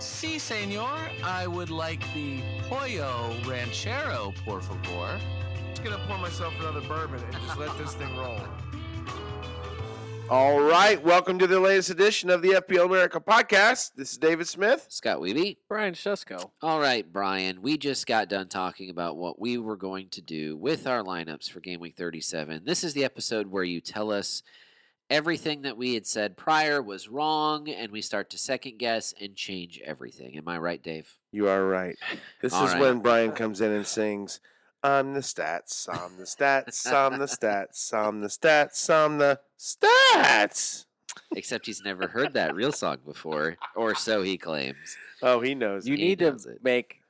Si, senor, I would like the Pollo Ranchero, por favor. I'm just gonna pour myself another bourbon and just let this thing roll. All right, welcome to the latest edition of the FPL America podcast. This is David Smith. Scott Weeby. Brian Shusko. All right, Brian, we just got done talking about what we were going to do with our lineups for Game Week 37. This is the episode where you tell us everything that we had said prior was wrong, and we start to second guess and change everything. Am I right, Dave? You are right. This All is right. when Brian comes in and sings, "I'm the stats, I'm the stats, I'm the stats, I'm the stats, I'm the stats." Except he's never heard that real song before, or so he claims. Oh, he knows. You He need to knows it. make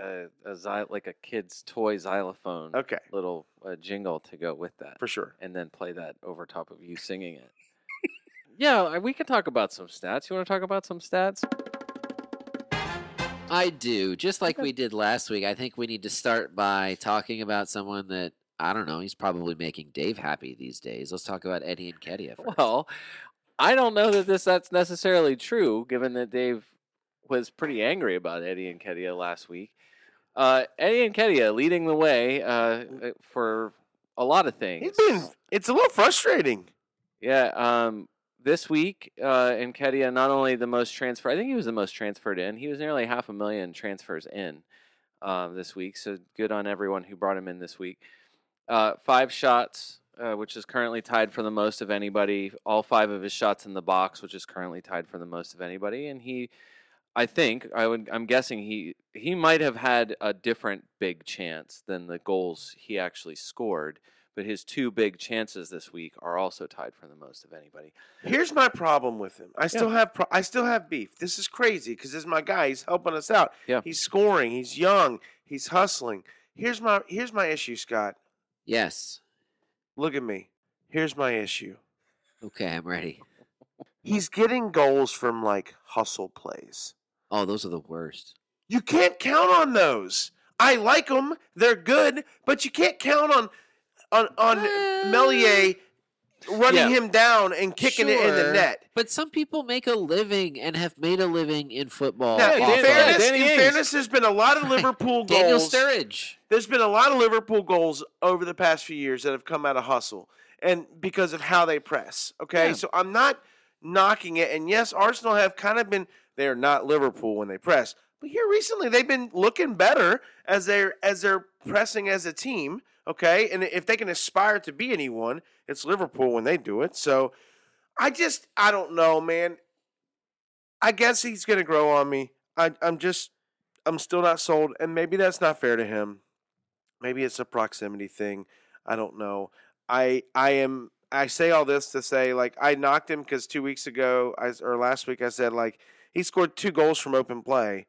a, a xy- like a kid's toy xylophone Okay, little uh, jingle to go with that, for sure. and then play that over top of you singing it. yeah, I- we can talk about some stats. You want to talk about some stats? I do. Just like we did last week, I think we need to start by talking about someone that, I don't know, he's probably making Dave happy these days. Let's talk about Eddie and Kedia. Well, I don't know that this that's necessarily true, given that Dave was pretty angry about Eddie and Kedia last week. Uh, Eddie and Kedia leading the way uh, uh, for a lot of things. Mm. He's been. It's a little frustrating. Yeah. Um, this week, uh, Nkedia, not only the most transfer, I think he was the most transferred in. He was nearly half a million transfers in uh, this week. So good on everyone who brought him in this week. Uh, five shots, uh, which is currently tied for the most of anybody. All five of his shots in the box, which is currently tied for the most of anybody. And he, I think, I would, I'm guessing he he might have had a different big chance than the goals he actually scored. But his two big chances this week are also tied for the most of anybody. Here's my problem with him. I still have pro- I still have beef. This is crazy because this is my guy. He's helping us out. Yeah. He's scoring. He's young. He's hustling. Here's my here's my issue, Scott. Yes. Look at me. Here's my issue. Okay, I'm ready. He's getting goals from like hustle plays. Oh, those are the worst. You can't count on those. I like them. They're good, but you can't count on on on Ah! Melier running Yeah. him down and kicking it in the Sure, net. But some people make a living and have made a living in football. Now, Oh, Yeah, in off Dan- of- yeah, fairness, Danny in Ings. fairness, there's been a lot of Liverpool goals. Daniel Sturridge. There's been a lot of Liverpool goals over the past few years that have come out of hustle and because of how they press. Okay. So I'm not knocking it. And yes, Arsenal have kind of been, they're not Liverpool when they press. But here recently they've been looking better as they're as they're pressing as a team. Okay. And if they can aspire to be anyone, it's Liverpool when they do it. So I just I don't know, man. I guess he's gonna grow on me. I, I'm just I'm still not sold, and maybe that's not fair to him. Maybe it's a proximity thing. I don't know. I I am I say all this to say like I knocked him because two weeks ago I, s- or last week I said like he scored two goals from open play,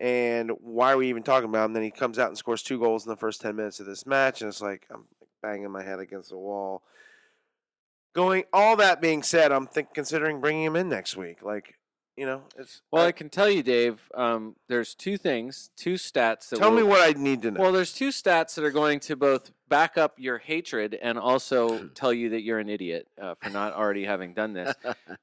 and why are we even talking about him? Then he comes out and scores two goals in the first ten minutes of this match, and it's like I'm banging my head against the wall. Going all that being said, I'm think considering bringing him in next week. Like you know, it's Well, I- I can tell you, Dave. Um, there's two things, two stats that. tell will- me what I need to know. Well, there's two stats that are going to both back up your hatred and also tell you that you're an idiot uh, for not already having done this.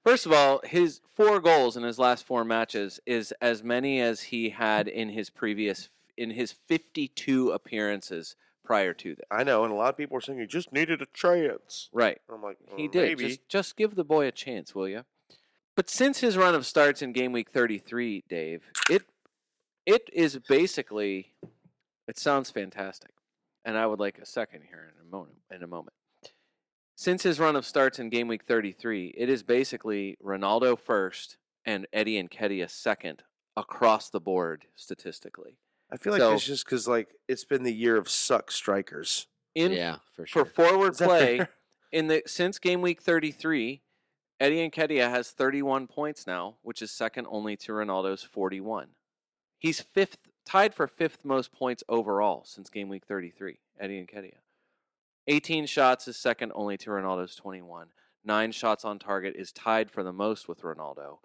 First of all, his four goals in his last four matches is as many as he had in his previous in his 52 appearances prior to that. I know, and a lot of people are saying he just needed a chance. Right. I'm like, well, He did. Maybe. Just, just give the boy a chance, will you? But since his run of starts in game week 33, Dave, it it is basically it sounds fantastic. And I would like a second here in a moment in a moment. since his run of starts in game week 33, it is basically Ronaldo first and Eddie and Kedia second across the board statistically. I feel like So- it's just because like it's been the year of suck strikers. In yeah, for for sure. forward Is that play fair? in the since game week 33, Eddie Nketiah has 31 points now, which is second only to Ronaldo's 41. He's fifth, tied for fifth most points overall since game week 33. Eddie Nketiah, 18 shots is second only to Ronaldo's 21. Nine shots on target is tied for the most with Ronaldo.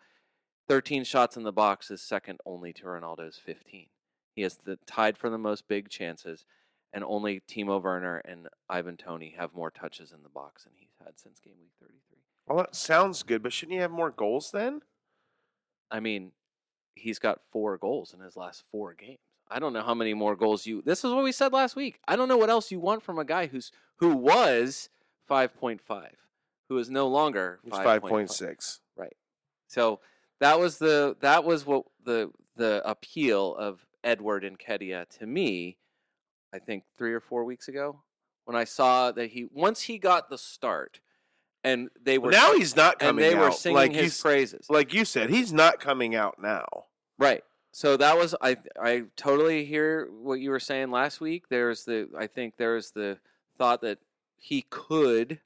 13 shots in the box is second only to Ronaldo's 15. He has the tied for the most big chances, and only Timo Werner and Ivan Tony have more touches in the box than he's had since game week 33. Well, that sounds good, but shouldn't he have more goals then? I mean, he's got four goals in his last four games. I don't know how many more goals you. This is what we said last week. I don't know what else you want from a guy who's who was 5.5, who is no longer It's five point six. So that was the that was what the the appeal of Edward and Kedia to me. I think three or four weeks ago when I saw that he once he got the start, and they were Now he's not and coming they were out. singing Like you, his s- praises. like you said, he's not coming out now. Right. So that was I I totally hear what you were saying last week. There's the I think there's the thought that he could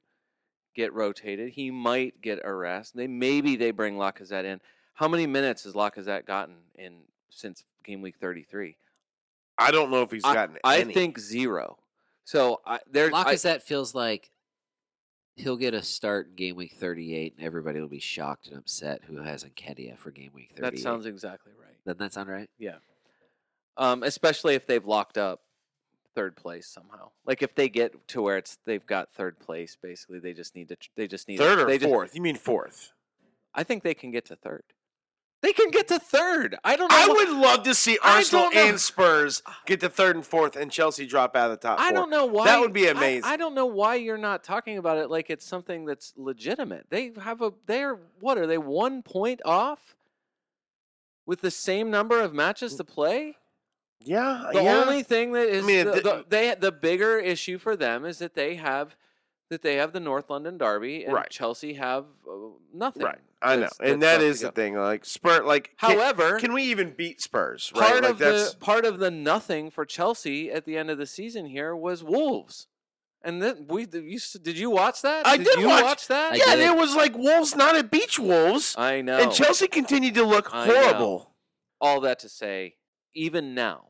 get rotated. He might get a rest. They maybe they bring Lacazette in. How many minutes has Lacazette gotten in since game week 33? I don't know if he's gotten. I any. think zero. So I there I- Lacazette feels like he'll get a start in game week 38, and everybody will be shocked and upset who has Enkedia for game week 38. that sounds exactly right. Doesn't that sound right? Um, especially if they've locked up third place somehow. Like if they get to where it's they've got third place, basically they just need to tr- they just need third or they just- fourth. You mean fourth? I think they can get to third. They can get to third. I don't know. I wh- would love to see I Arsenal don't know. and Spurs get to third and fourth, and Chelsea drop out of the top. I four. don't know why That would be I- amazing. I, don't know why you're not talking about it like it's something that's legitimate. They have a they're what are they one point off with the same number of matches to play? Yeah, The yeah. only thing that is mean, the, th- the- they the bigger issue for them is that they have that they have the North London derby and Right. Chelsea have uh, nothing. right. I know, that's- and that's that left to is the go. thing. Like Spurs, like can- However, can, we even beat Spurs? Right? part like of the part of the nothing for Chelsea at the end of the season here was Wolves. And then we did you, s- did you watch that? I did you watch- that? I yeah, did. and it was like Wolves, not at Beach Wolves, I know. and Chelsea continued to look I know. horrible. All that to say, even now,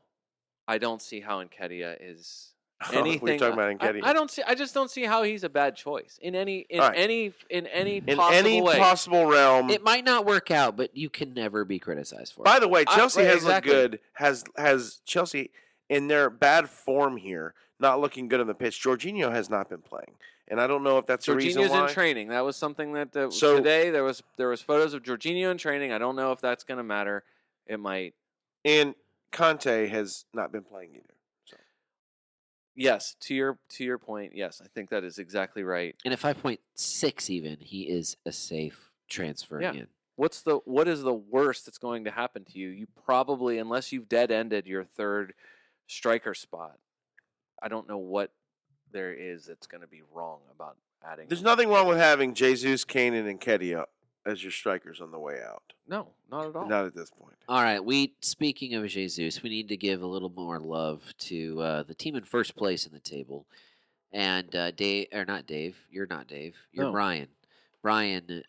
I don't see how Enkedia is anything. we Oh, were talking about I- Nketiah. I, don't see. I just don't see how he's a bad choice in any in All right. any in any in possible any way. possible Mm-hmm. realm. It might not work out, but you can never be criticized for By it. the way, I- Chelsea right, has exactly. looked good. Has has Chelsea in their bad form here, not looking good on the pitch. Jorginho has not been playing, and I don't know if that's the reason Jorginho's why. in training. That was something that the, So- today there was there was photos of Jorginho in training. I don't know if that's going to matter. It might. and Conte has not been playing either. Yes, to your to your point. Yes, I think that is exactly right. And at 5.6 even, he is a safe transfer Yeah. in. What's the what is the worst that's going to happen to you? You probably unless you've dead ended your third striker spot. I don't know what there is that's going to be wrong about adding. There's nothing wrong with having Jesus, Kanan, and Kedia as your strikers on the way out. no, not at all. Not at this point. All right, we speaking of Jesus, we need to give a little more love to uh, the team in first place in the table, and uh, Dave or not Dave, you're not Dave, you're No. Brian. Brian,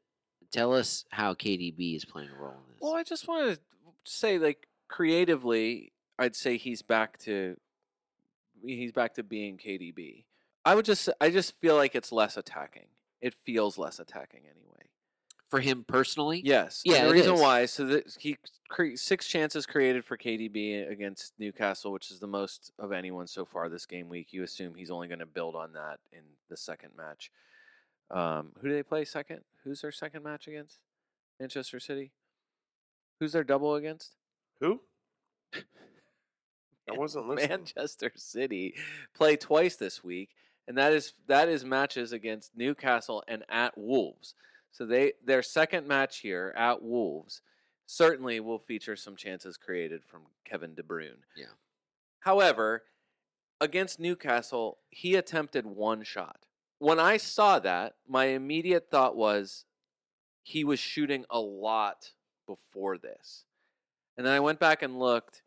tell us how KDB is playing a role in this. Well, I just wanted to say, like creatively, I'd say he's back to he's back to being KDB. I would just I just feel like it's less attacking. It feels less attacking anyway. For him personally, Yes. and Yeah, the it reason is. why so that he cre- six chances created for KDB against Newcastle, which is the most of anyone so far this game week. You assume he's only going to build on that in the second match. Um, who do they play second? Who's their second match against? Manchester City. Who's their double against? Who? I wasn't listening. Manchester City play twice this week, and that is that is matches against Newcastle and at Wolves. So they their second match here at Wolves certainly will feature some chances created from Kevin De Bruyne. Yeah. However, against Newcastle, he attempted one shot. when I saw that, my immediate thought was he was shooting a lot before this. And then I went back and looked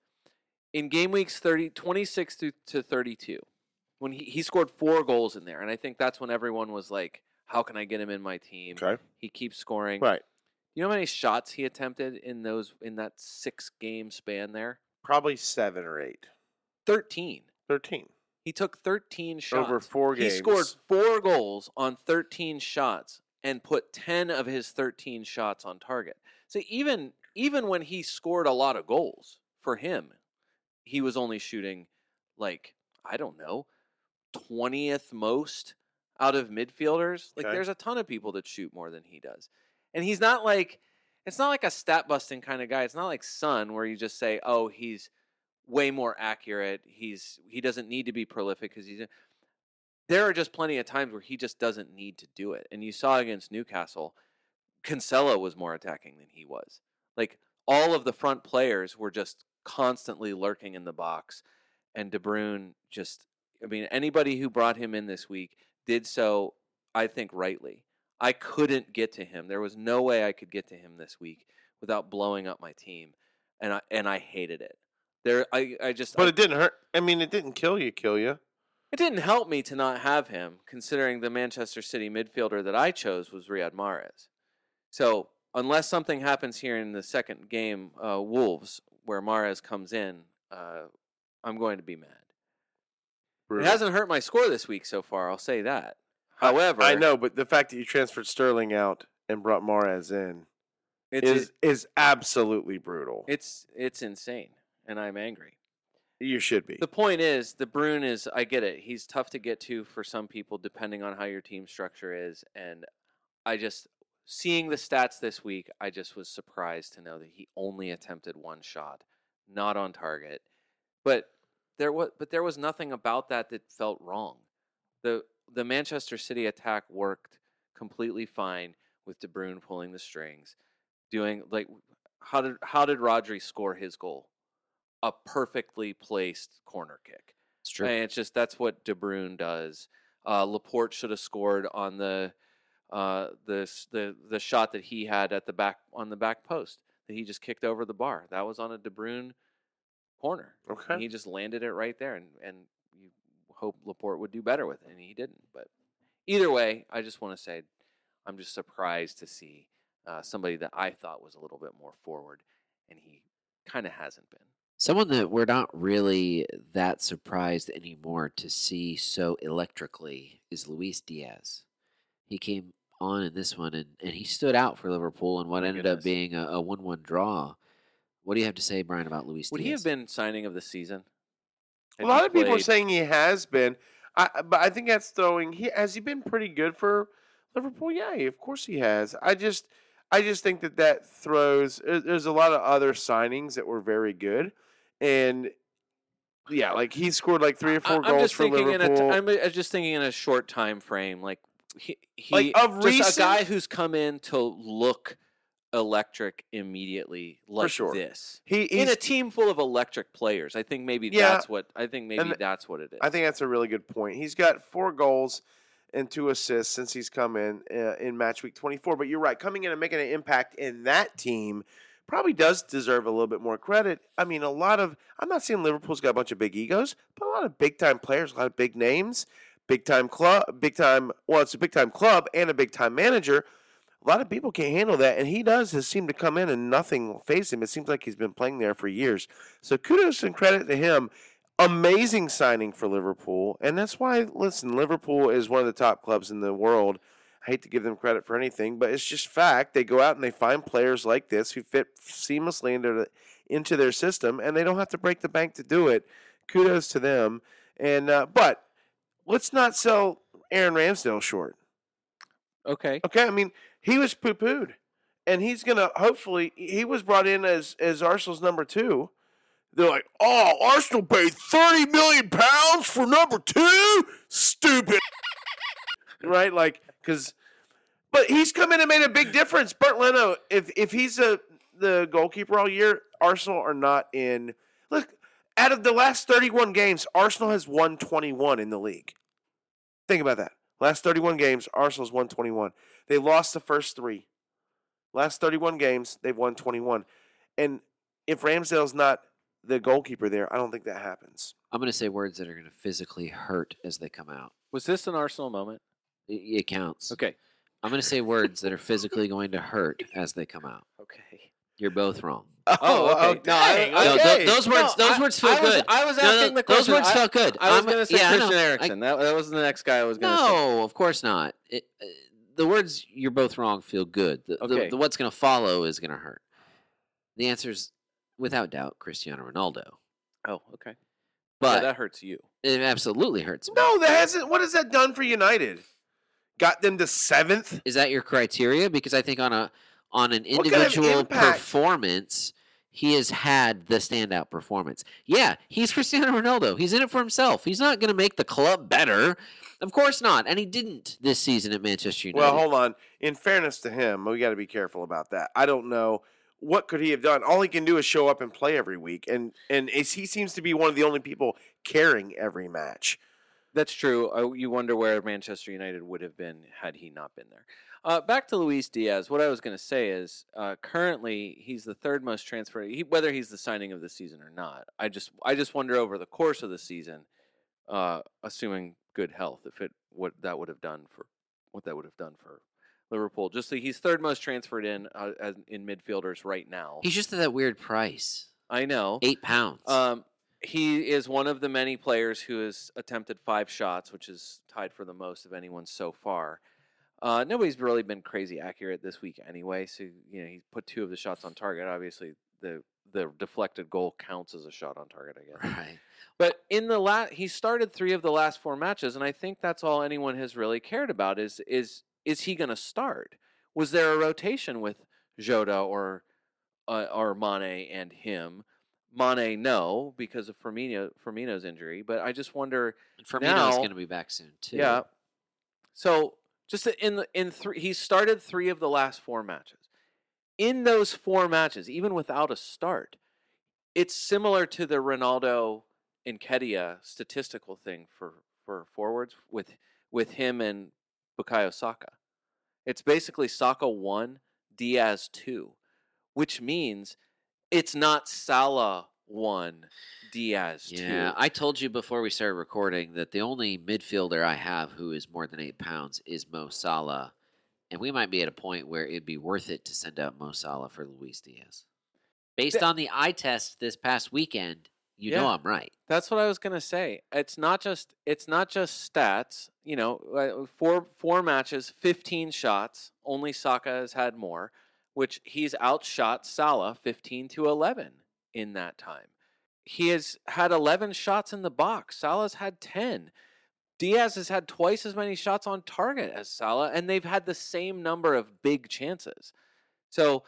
in game weeks 30, 26 through to 32, when he, he scored four goals in there. And I think that's when everyone was like, how can I get him in my team? Okay. He keeps scoring. Right. You know how many shots he attempted in those in that six game span there? Probably seven or eight. 13. 13. He took 13 shots. Over four He games. scored four goals on 13 shots and put 10 of his 13 shots on target. So even even when he scored a lot of goals for him, he was only shooting like I don't know, 20th most out of midfielders. Like Okay. there's a ton of people that shoot more than he does. And he's not like it's not like a stat busting kind of guy. It's not like Sun where you just say, "Oh, he's way more accurate. He's he doesn't need to be prolific cuz he's a-" there are just plenty of times where he just doesn't need to do it. And you saw against Newcastle, Kinsella was more attacking than he was. Like all of the front players were just constantly lurking in the box, and De Bruyne just. I mean, anybody who brought him in this week did so, I think, rightly. I couldn't get to him. There was no way I could get to him this week without blowing up my team, and I and I hated it. There, I, I just. But I it didn't hurt. I mean, it didn't kill you, kill you. it didn't help me to not have him, considering the Manchester City midfielder that I chose was Riyad Mahrez. So unless something happens here in the second game, uh, Wolves, where Mahrez comes in, uh, I'm going to be mad. It Brutal. hasn't hurt my score this week so far. I'll say that. I- However, I know, but the fact that you transferred Sterling out and brought Mares in it's is is absolutely brutal. it's it's insane, and I'm angry. you should be. The point is, the Brune is. I get it. He's tough to get to for some people, depending on how your team structure is. And I just seeing the stats this week, I just was surprised to know that he only attempted one shot, not on target. But there was, but there was nothing about that that felt wrong. the The Manchester City attack worked completely fine with De Bruyne pulling the strings, doing like how did how did Rodri score his goal? A perfectly placed corner kick. It's true. And it's just that's what De Bruyne does. Uh, Laporte should have scored on the uh, the s- the the shot that he had at the back on the back post that he just kicked over the bar. That was on a De Bruyne corner. okay. And he just landed it right there, and and you hope Laporte would do better with it, and he didn't. But either way, I just want to say I'm just surprised to see uh, somebody that I thought was a little bit more forward, and he kind of hasn't been. Someone that we're not really that surprised anymore to see so electrically is Luis Diaz. He came on in this one and, and he stood out for Liverpool in what my ended goodness. up being a, a 1 1 draw. What do you have to say, Brian, about Luis Would Diaz? he have been signing of the season? A Had he lot of people are played- saying he has been, I, I- but I think that's throwing. He has he been pretty good for Liverpool? Yeah, of course he has. I just, I just think that that throws. there- There's a lot of other signings that were very good, and yeah, like he scored like three or I- four I'm goals just for thinking Liverpool. in a t- I'm uh, just thinking in a short time frame, like he, he Like, of just recent- a guy who's come in to look electric immediately, like sure. this. he, in a he's- team full of electric players. I think maybe Yeah. that's what I think maybe th- that's what it is. I think that's a really good point. He's got four goals and two assists since he's come in uh, in match week 24. But you're right, coming in and making an impact in that team probably does deserve a little bit more credit. I mean, a lot of I'm not saying Liverpool's got a bunch of big egos, but a lot of big time players, a lot of big names, big time club, big time. Well, it's a big time club and a big time manager. A lot of people can't handle that, and he does has seemed to come in and nothing will phase him. It seems like he's been playing there for years. So kudos and credit to him amazing signing for Liverpool, and that's why listen, Liverpool is one of the top clubs in the world. I hate to give them credit for anything, but it's just fact. They go out and they find players like this who fit seamlessly into the- into their system, and they don't have to break the bank to do it. Kudos to them. And uh, but let's not sell Aaron Ramsdale short. okay. Okay, I mean he was poo pooed, and he's gonna hopefully he was brought in as as Arsenal's number two. They're like, oh, Arsenal paid thirty million pounds for number two, stupid, right? Like, because, but he's come in and made a big difference. Bert Leno, if if he's a the goalkeeper all year, Arsenal are not in. Look, out of the last thirty one games, Arsenal has won twenty one in the league. Think about that. Last 31 games, Arsenal's won 21. They lost the first three. Last 31 games, they've won 21. And if Ramsdale's not the goalkeeper there, I don't think that happens. I'm going to say words that are going to physically hurt as they come out. Was this an Arsenal moment? It, it counts. Okay. I'm going to say words that are physically going to hurt as they come out. Okay. You're both wrong. Oh, okay. No, I- dang, I- No, tho- Okay. those words, No, those I- words feel I was- good. I was No, no, asking the those question. words I- felt good. I was I'm- going to say yeah, I know. Christian I- Erickson. that, that wasn't the next guy I was going to say. No, of course not. It, uh, the words "you're both wrong" feel good. The, the- Okay. the what's going to follow is going to hurt. The answer is, without doubt, Cristiano Ronaldo. Oh, okay. But But that hurts you. it absolutely hurts. me. No, that hasn't. What has that done for United? Got them to seventh. is that your criteria? Because I think on a on an What kind of individual impact- performance, he has had the standout performance. Yeah, he's Cristiano Ronaldo. He's in it for himself. He's not going to make the club better, of course not. And he didn't this season at Manchester United. Well, hold on. In fairness to him, we got to be careful about that. I don't know what could he have done. All he can do is show up and play every week, and and is, he seems to be one of the only people caring every match. That's true. Uh, you wonder where Manchester United would have been had he not been there. Uh, back to Luis Diaz. What I was going to say is, uh, currently he's the third most transfer. He, whether he's the signing of the season or not, I just I just wonder over the course of the season, uh, assuming good health, if it what that would have done for what that would have done for Liverpool. Just that he's third most transferred in uh, as, in midfielders right now. he's just at that weird price, I know. eight pounds. Um, he is one of the many players who has attempted five shots, which is tied for the most of anyone so far. Uh, nobody's really been crazy accurate this week anyway. So you know he put two of the shots on target. Obviously, the the deflected goal counts as a shot on target, I guess. right. But in the last, he started three of the last four matches, and I think that's all anyone has really cared about is is is he going to start? Was there a rotation with Jota or uh, or Mane and him? Mane, no, because of Firmino Firmino's injury. But I just wonder, And Firmino's now- going to be back soon too. yeah. So just in the in three, he started three of the last four matches. In those four matches, even without a start, it's similar to the Ronaldo and Kedia statistical thing for for forwards with with him and Bukayo Saka. It's basically Saka one, Diaz two, which means it's not Salah one, Diaz two. Yeah, I told you before we started recording that the only midfielder I have who is more than eight pounds is Mo Salah, and we might be at a point where it'd be worth it to send out Mo Salah for Luis Diaz. Based Th- on the eye test this past weekend, you know Yeah. I'm right. That's what I was gonna say. It's not just it's not just stats. You know, uh, four four matches, fifteen shots. Only Saka has had more, which he's outshot Salah fifteen to eleven in that time. He has had eleven shots in the box. Salah's had ten. Diaz has had twice as many shots on target as Salah, and they've had the same number of big chances. So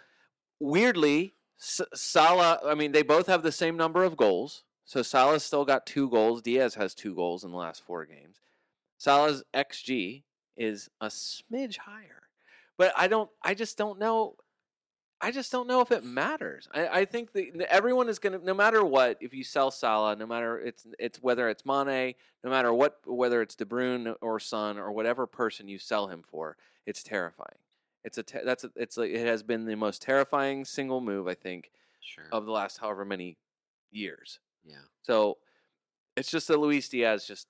weirdly, S- Salah. I mean, they both have the same number of goals. So Salah's still got two goals. Diaz has two goals in the last four games. Salah's xG is a smidge higher, but I don't. I just don't know. I just don't know if it matters. I, I think that everyone is going to, no matter what, if you sell Salah, no matter it's it's whether it's Mane, no matter what, whether it's De Bruyne or Son or whatever person you sell him for, it's terrifying. It's a te- that's a, it's like it has been the most terrifying single move I think Sure. of the last however many years. yeah. So it's just that Luis Diaz just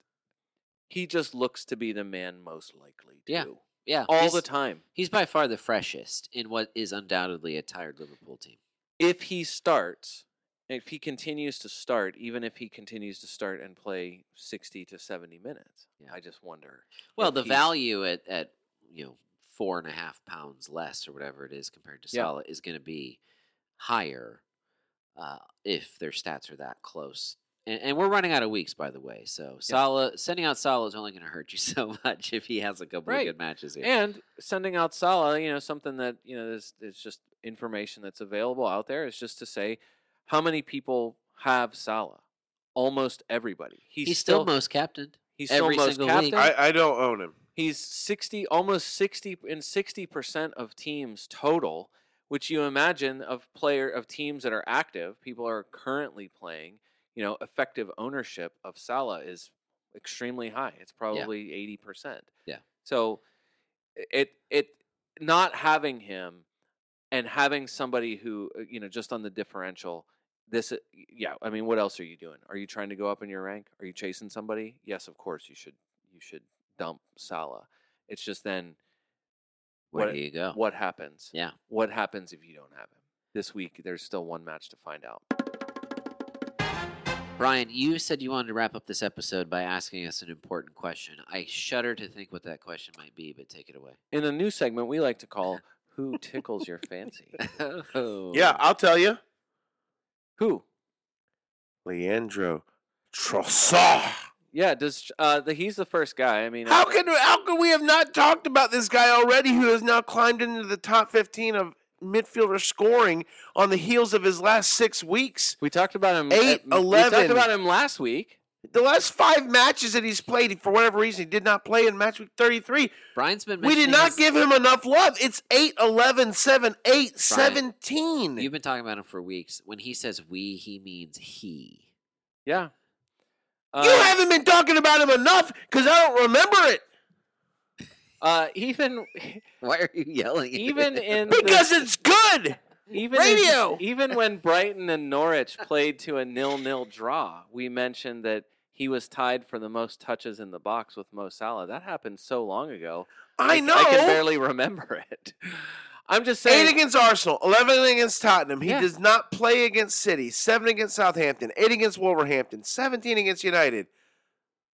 he just looks to be the man most likely to Yeah. do Yeah. all he's, the time. He's by far the freshest in what is undoubtedly a tired Liverpool team. If he starts, if he continues to start, even if he continues to start and play sixty to seventy minutes, Yeah. I just wonder. Well, if the he's- value at, at you know four and a half pounds less or whatever it is compared to Yeah. Salah is going to be higher uh, if their stats are that close. And, and we're running out of weeks, by the way. So Salah sending out Salah is only going to hurt you so much if he has a couple Right. of good matches here. And sending out Salah, you know, something that you know is is just information that's available out there is just to say how many people have Salah. Almost everybody. he's, still, most captained. he's every still most single week. captain. I- I don't own him. he's sixty, almost sixty in sixty percent of teams total, which you imagine of player of teams that are active, people are currently playing. You know, effective ownership of Salah is extremely high. It's probably eighty percent. Yeah. So it it not having him and having somebody who uh, you know just on the differential this uh, y- yeah i mean what else are you doing are you trying to go up in your rank are you chasing somebody yes of course you should you should dump salah it's just then Where What- do you Oh. go? what happens Yeah. what happens if you don't have him this week there's still one match to find out Brian, you said you wanted to wrap up this episode by asking us an important question. I shudder to think what that question might be, but take it away. in a new segment we like to call who tickles your fancy Yeah, I'll tell you. who Leandro Trossard. yeah does uh the, he's the first guy i mean How uh, can how could we have not talked about this guy already who has now climbed into the top 15 of midfielder scoring on the heels of his last 6 weeks? we talked about him at- Eight, we talked 11. about him last week The last 5 matches that he's played for whatever reason he did not play in match week 33. Brian's been We did mentioning not his- give him enough love. It's 8 11 7 8 17. You've been talking about him for weeks. When he says we, he means he. yeah You Uh, haven't been talking about him enough cuz I don't remember it. Uh, even Why are you yelling? at even him? in the- Because it's good. even radio! even when Brighton and Norwich played to a nil-nil draw, we mentioned that he was tied for the most touches in the box with Mo Salah. That happened so long ago. I c- know. I can barely remember it. I'm just saying. Eight against Arsenal, eleven against Tottenham. He Yeah. does not play against City. Seven against Southampton. Eight against Wolverhampton. Seventeen against United.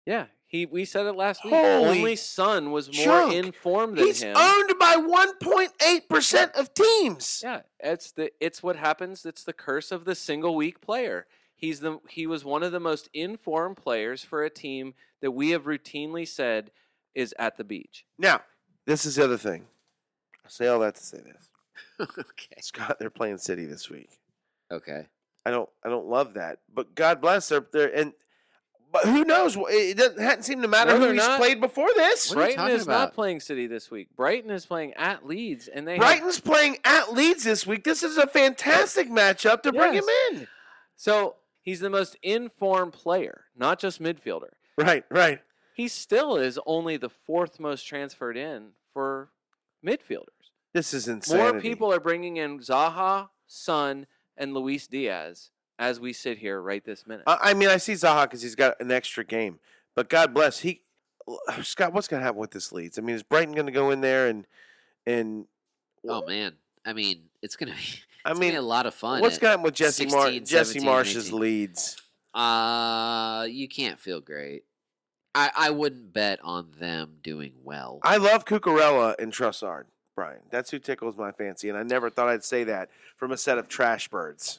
yeah, he. We said it last week. Holy Only Son was more junk. informed than He's him. owned by one point eight percent of teams. Yeah, it's the it's what happens. It's the curse of the single week player. He's the he was one of the most informed players for a team that we have routinely said is at the beach. Now, this is the other thing. I say all that to say this. okay. Scott, they're playing City this week. Okay. I don't I don't love that. But God bless their their and but who knows? Wh- It doesn't hadn't seemed to matter Whether who or he's not- played before this. What are you Brighton talking is about? not playing City this week. Brighton is playing at Leeds, and they have- Brighton's playing at Leeds this week. This is a fantastic matchup to bring him in. so he's the most informed player, not just midfielder. Right, right. He still is only the fourth most transferred in for midfielders. This is insane. More people are bringing in Zaha, Son, and Luis Diaz as we sit here right this minute. I, I mean, I see Zaha because he's got an extra game, but God bless he. Scott, what's going to happen with this Leeds? I mean, is Brighton going to go in there and and? Oh man. I mean, it's gonna be. It's I gonna be mean, a lot of fun. what's at- going on with Jesse Mar- 16, Jesse 17, Marsh's 18. Leeds? Uh, you can't feel great. I, I wouldn't bet on them doing well. I love Cucurella and Trussard, Brian. That's who tickles my fancy, and I never thought I'd say that from a set of trash birds.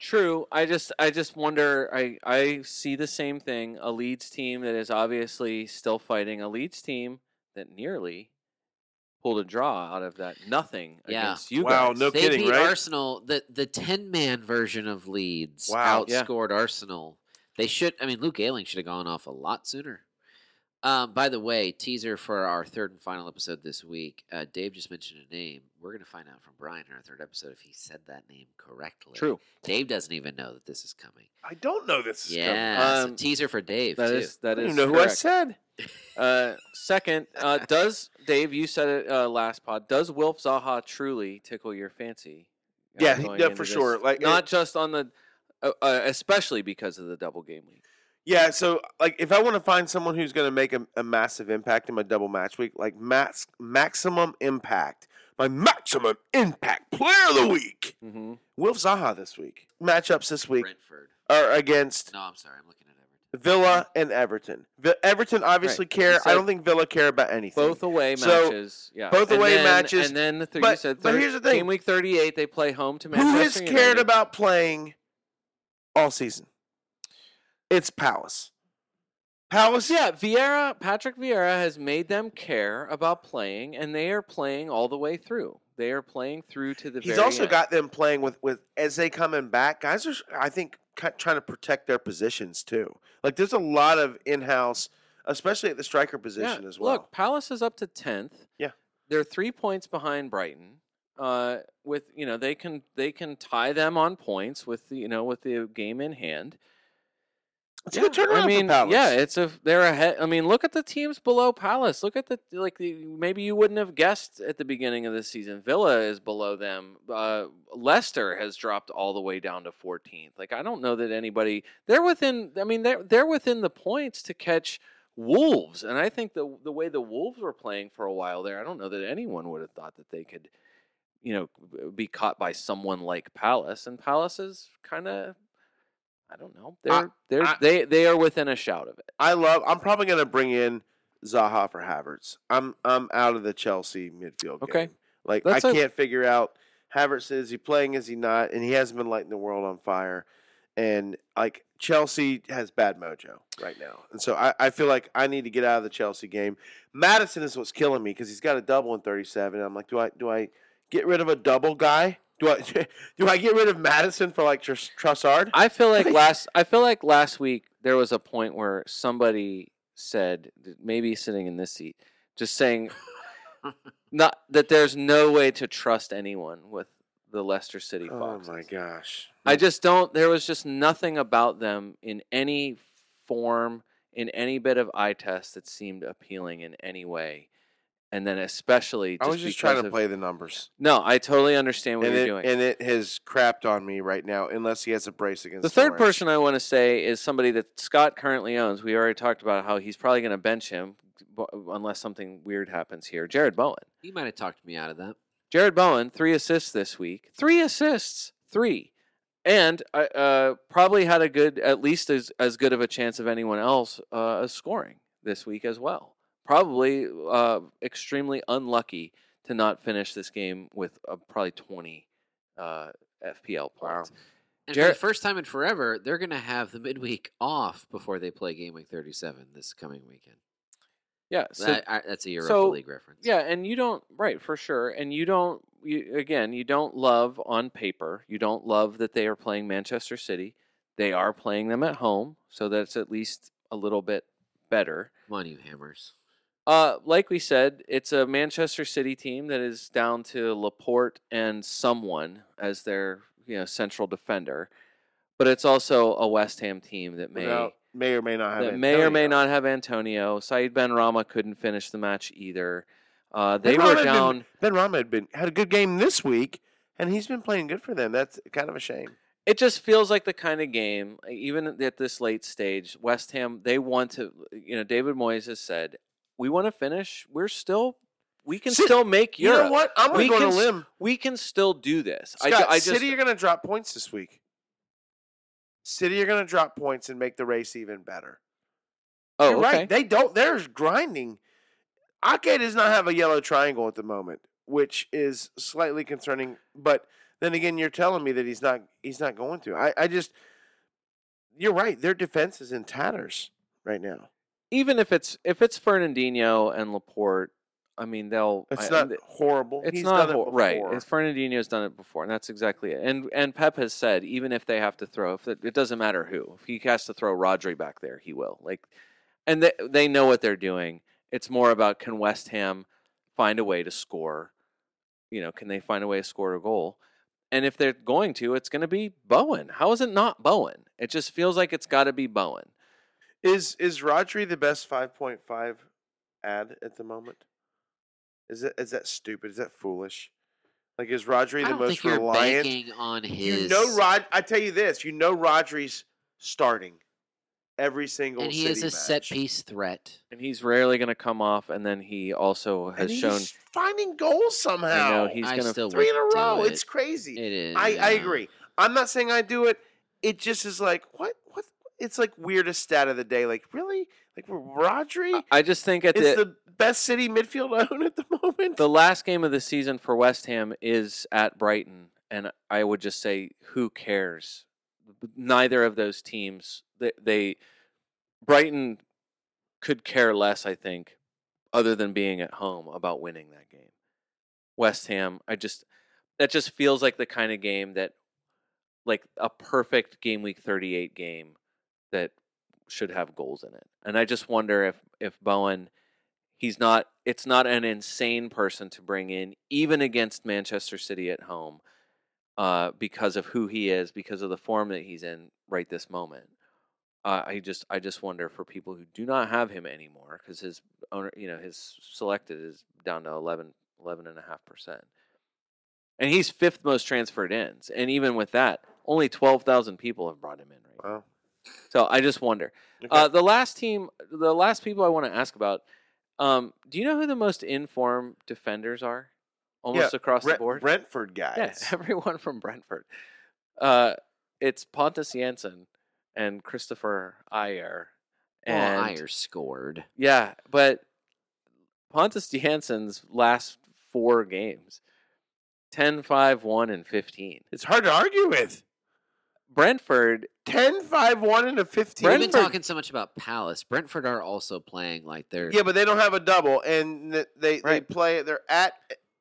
True. I just I just wonder I I see the same thing, a Leeds team that is obviously still fighting, a Leeds team that nearly pulled a draw out of that nothing Yeah. against you Wow, guys. no they kidding, beat right? Arsenal. The the ten man version of Leeds Wow, yeah. outscored Arsenal. They should. I mean, Luke Ayling should have gone off a lot sooner. Um, by the way, teaser for our third and final episode this week. Uh, Dave just mentioned a name. We're going to find out from Brian in our third episode if he said that name correctly. True. Dave doesn't even know that this is coming. I don't know this is coming. Yeah. it's a Um, teaser for Dave That too. is that I don't is even know who I correct. said. Uh, second, uh, does Dave? You said it uh, last pod. Does Wilf Zaha truly tickle your fancy? uh, Yeah, he- going yeah, into for sure, like, it- not just on the, uh, uh, especially because of the double game week. Yeah, so like if I want to find someone who's going to make a, a massive impact in my double match week, like max maximum impact, my maximum impact player of the week, Mm-hmm. Wilf Zaha this week. Matchups this week Brentford. are against No, I'm sorry. I'm looking at Everton. Villa and Everton. Vi- Everton obviously care. I said don't think Villa care about anything. Both away So, matches. Yeah, both And away then- matches, And then the three, you but- said but thir- here's the thing. Game week thirty-eight, they play home to Manchester. Who has cared United. about playing all season? It's Palace. Palace. Yeah, Vieira, Patrick Vieira has made them care about playing, and they are playing all the way through. They are playing through to the. He's very also end. got them playing with with as they coming back. Guys are, I think, ki- trying to protect their positions too. Like there's a lot of in house, especially at the striker position as well. Look, Palace is up to tenth. Yeah. they're three points behind Brighton. Uh, with you know they can they can tie them on points with the, you know with the game in hand. It's a good turnaround I mean, for Palace. yeah, it's a they're ahead. I mean, look at the teams below Palace. Look at the like the, maybe you wouldn't have guessed at the beginning of this season. Villa is below them. Uh, Leicester has dropped all the way down to 14th. Like I don't know that anybody they're within. I mean, they're they're within the points to catch Wolves, and I think the the way the Wolves were playing for a while there, I don't know that anyone would have thought that they could, you know, be caught by someone like Palace. And Palace is kind of. I don't know. They're they're I- they they are within a shout of it. I love. I'm probably going to bring in Zaha for Havertz. I'm I'm out of the Chelsea midfield. Okay. game. like That's I a- can't figure out Havertz. Is he playing? Is he not? And he hasn't been lighting the world on fire. And like Chelsea has bad mojo right now, and so I, I feel like I need to get out of the Chelsea game. Madison is what's killing me because he's got a double in 37. I'm like, do I do I get rid of a double guy? Do I do I get rid of Madison for like Tr- Trussard? I feel like last I feel like last week there was a point where somebody said th- maybe sitting in this seat just saying not that there's no way to trust anyone with the Leicester City oh Foxes. my gosh! I just don't there was just nothing about them in any form in any bit of eye test that seemed appealing in any way. And then especially I was just trying because to of- play the numbers. No, I totally understand what and you're it, doing. and it has crapped on me right now, unless he has a brace against The third Torres. person I want to say is somebody that Scott currently owns. We already talked about how he's probably going to bench him bu- unless something weird happens here. Jared Bowen. You might have talked me out of that. Jared Bowen, three assists this week. Three assists, three, and uh, uh, probably had a good, at least as as good of a chance of anyone else uh, as scoring this week as well. Probably uh, extremely unlucky to not finish this game with uh, probably twenty uh, FPL points. And for Jarrett- the first time in forever, they're going to have the midweek off before they play game week 37 this coming weekend. Yeah, so that, I, that's a Europa so, League reference. Yeah, and you don't right for sure, and you don't. You, again, you don't love on paper. You don't love that they are playing Manchester City. They are playing them at home, so that's at least a little bit better. Come on, you hammers. Uh, like we said, it's a Manchester City team that is down to Laporte and someone as their you know central defender, but it's also a West Ham team that may Without- may or may not have. that may or may Antonio. not have Antonio. Said Ben Rama couldn't finish the match either. Uh, Ben they were Rama had been- down. Ben Rama had been had a good game this week, and he's been playing good for them. That's kind of a shame. It just feels like the kind of game, e, even at this late stage, West Ham. They want to, you know. David Moyes has said, "We want to finish. We're still, we can Sit- still make You Europe. know what? I'm going We to go can on a s- limb. We can still do this." I ju- Scott, I, just, City are going to drop points this week. City are going to drop points and make the race even better. oh, You're okay. right. They don't. They're grinding. Ake does not have a yellow triangle at the moment, which is slightly concerning. But then again, you're telling me that he's not. He's not going to. I. I just. You're right. Their defense is in tatters right now. Even if it's if it's Fernandinho and Laporte, I mean they'll. It's I- not th- horrible. It's he's not done it hor- right. before. It's Fernandinho's done it before, and that's exactly it. And and Pep has said even if they have to throw, if it, it doesn't matter who, if he has to throw Rodri back there, he will. Like, and they they know what they're doing. It's more about can West Ham find a way to score? You know, can they find a way to score a goal? And if they're going to, it's going to be Bowen. How is it not Bowen? It just feels like it's got to be Bowen. Is is Rodri the best 5.5 ad at the moment? Is that is that stupid? Is that foolish? Like is Rodri I the don't most think you're reliant? banking on his. You know, Rod. I tell you this. You know, Rodri's starting every single. and he City is a set match. piece threat. And he's rarely going to come off. And then he also has and he's shown. finding goals I somehow. know he's I going to still three in a wouldn't do row. it. It's crazy. It is. I, I yeah. agree. I'm not saying I do it. It just is like what what. It's like weirdest stat of the day. Like really, like Rodri. I I just think at It's the the best city midfield I own at the moment. the last game of the season for West Ham is at Brighton, and I would just say, who cares? Neither of those teams, they, they Brighton could care less, I think, other than being at home about winning that game. West Ham, I just that just feels like the kind of game that, like a perfect game week thirty eight game that should have goals in it, and I just wonder if if Bowen he's not it's not an insane person to bring in even against manchester city at home uh, because of who he is because of the form that he's in right this moment Uh, I just I just wonder for people who do not have him anymore because his owner, you know, his selected is down to 11, 11.5 percent, and he's fifth most transferred ends. And even with that, only twelve thousand people have brought him in right. now. Wow. So I just wonder. Okay. Uh, the last team, the last people I want to ask about. Um, do you know who the most informed defenders are? Almost across Bre- the board. Brentford guys. Yeah, everyone from Brentford. Uh, it's Pontus Janssen and Christopher Ayer. And well, Oh, Ayer scored. Yeah, but Pontus Janssen's last four games 10, 5, 1, and 15. It's hard to argue with. Brentford, 10, 5, 1, and a 15. We've been talking so much about Palace. Brentford are also playing like they're Yeah, but they don't have a double, and th- they, Right. they play, they're at.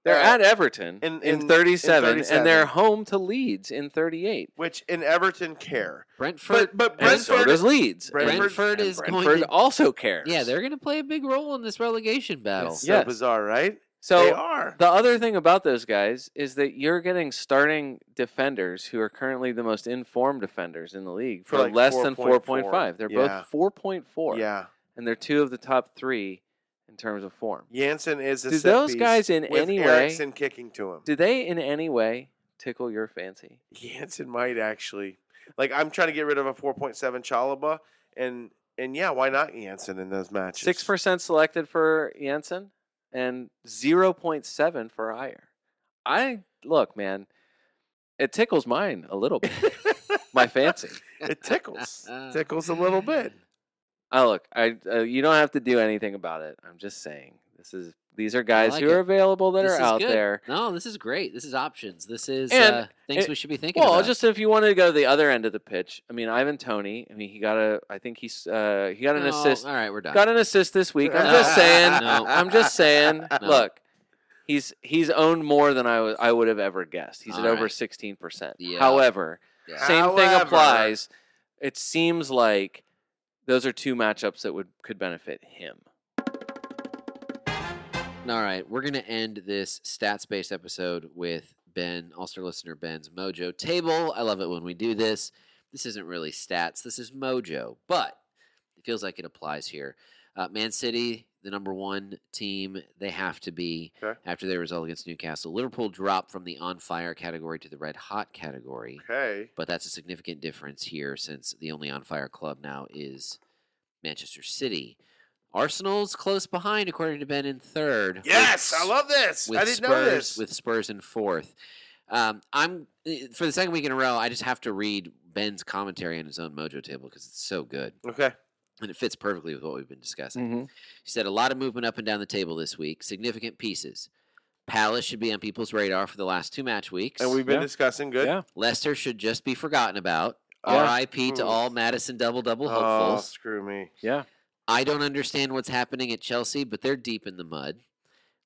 they're uh, at Everton in- in, in- in 37, and they're 37. home to Leeds in 38. Which in Everton care. Brentford. but And so Brentford- does Leeds. and- Brentford- Brentford and is Brentford going to- also cares. yeah, they're going to play a big role in this relegation battle. It's Yes. so bizarre, right? so they are. The other thing about those guys is that you're getting starting defenders who are currently the most informed defenders in the league For for, like less than 4.4. 4.5. They're Yeah. both 4.4. Yeah. And they're two of the top three in terms of form. Janssen is a Do set those piece guys in with any way- Eriksen kicking to him. Do they in any way tickle your fancy? Jansen might actually. Like I'm trying to get rid of a 4.7 Chalaba, and and yeah, why not Jansen in those matches? 6% selected for Jensen and 0.7 for Ayer. I look, man, it tickles mine a little bit, my fancy. It tickles, tickles a little bit. Oh look, I uh, you don't have to do anything about it. I'm just saying this is these are guys like who are it. available that This are is out good. there. No, this is great. This is options. This is And uh, things it- we should be thinking Well, about. just if you wanted to go to the other end of the pitch, I mean, Ivan Tony. I mean, he got a. I think he's uh, he got an No, assist. All right, we're done. Got an assist this week. I'm just saying. No. I'm just saying. No. Look, he's he's owned more than I wa- I would have ever guessed. He's at All over right. 16. percent Yeah. However, Yeah. same thing However- applies. It seems like those are two matchups that would could benefit him. All right, we're going to end this stats based episode with Ben, Ulster listener Ben's Mojo table. I love it when we do this. This isn't really stats, this is Mojo, but it feels like it applies here. Uh, Man City, the number one team, they have to be Okay. after their result against Newcastle. Liverpool dropped from the on fire category to the red hot category, Okay. but that's a significant difference here since the only on fire club now is Manchester City. Arsenal's close behind, according to Ben, in third. with Yes, I love this. with I didn't Spurs know this. with Spurs in fourth. Um, I'm eh, for the second week in a row. I just have to read Ben's commentary on his own Mojo table because it's so good okay. and it fits perfectly with what we've been Mm. discussing. He said a lot of movement up and down the table this week. Significant pieces. Palace should be on people's radar for the last two match weeks. And we've been Yeah. discussing good. Yeah. Leicester should just be forgotten about. Yeah. Hmm. R.I.P. to Ooh. all Madison double double Oh, hopefuls. screw me. Yeah. I don't understand what's happening at Chelsea, but they're deep in the mud.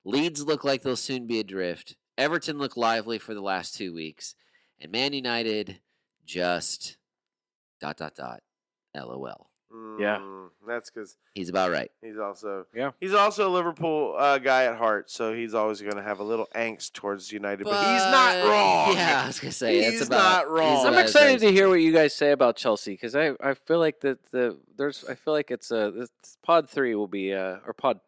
Leeds look like they'll soon be adrift. Everton look lively for the last two weeks. And Man United just dot dot dot LOL. Yeah. Mm, That's because He's about right. he's also Yeah. he's also a Liverpool uh, guy at heart, so he's always going to have a little angst towards United. But, he's not But- wrong. Yeah, I was gonna say He's that's about, not wrong. he's I'm about as right excited as- to hear what you guys say about Chelsea because I, I feel like that the there's I feel like it's a this pod three will be uh or pod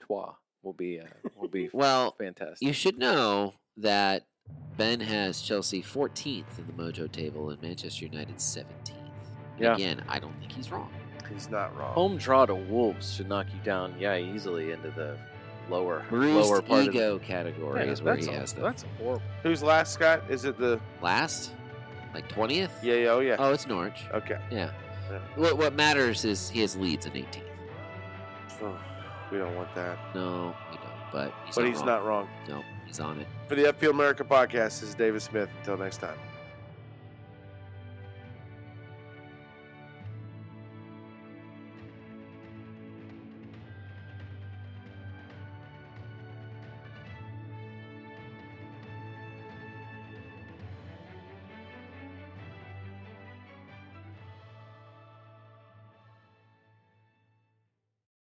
trois will be uh, will be Well, fantastic. you should know that Ben has Chelsea 14th in the Mojo table and Manchester United 17th. And Yeah. Again, I don't think he's wrong. He's not wrong. Home draw to Wolves should knock you down yeah easily into the lower Bruised lower part of ego the, category Yeah, is where that's he a- has them. That's horrible. Who's last, Scott? Is it the last, like twentieth. yeah? yeah oh yeah. Oh, it's Norwich. Uh, Okay. Yeah. Yeah. What what matters is he has Leeds in 18th. Oh, we don't want that. No, we don't. But he's but not he's wrong. not wrong. No, he's on it. For the FPL America podcast, this is David Smith. Until next time.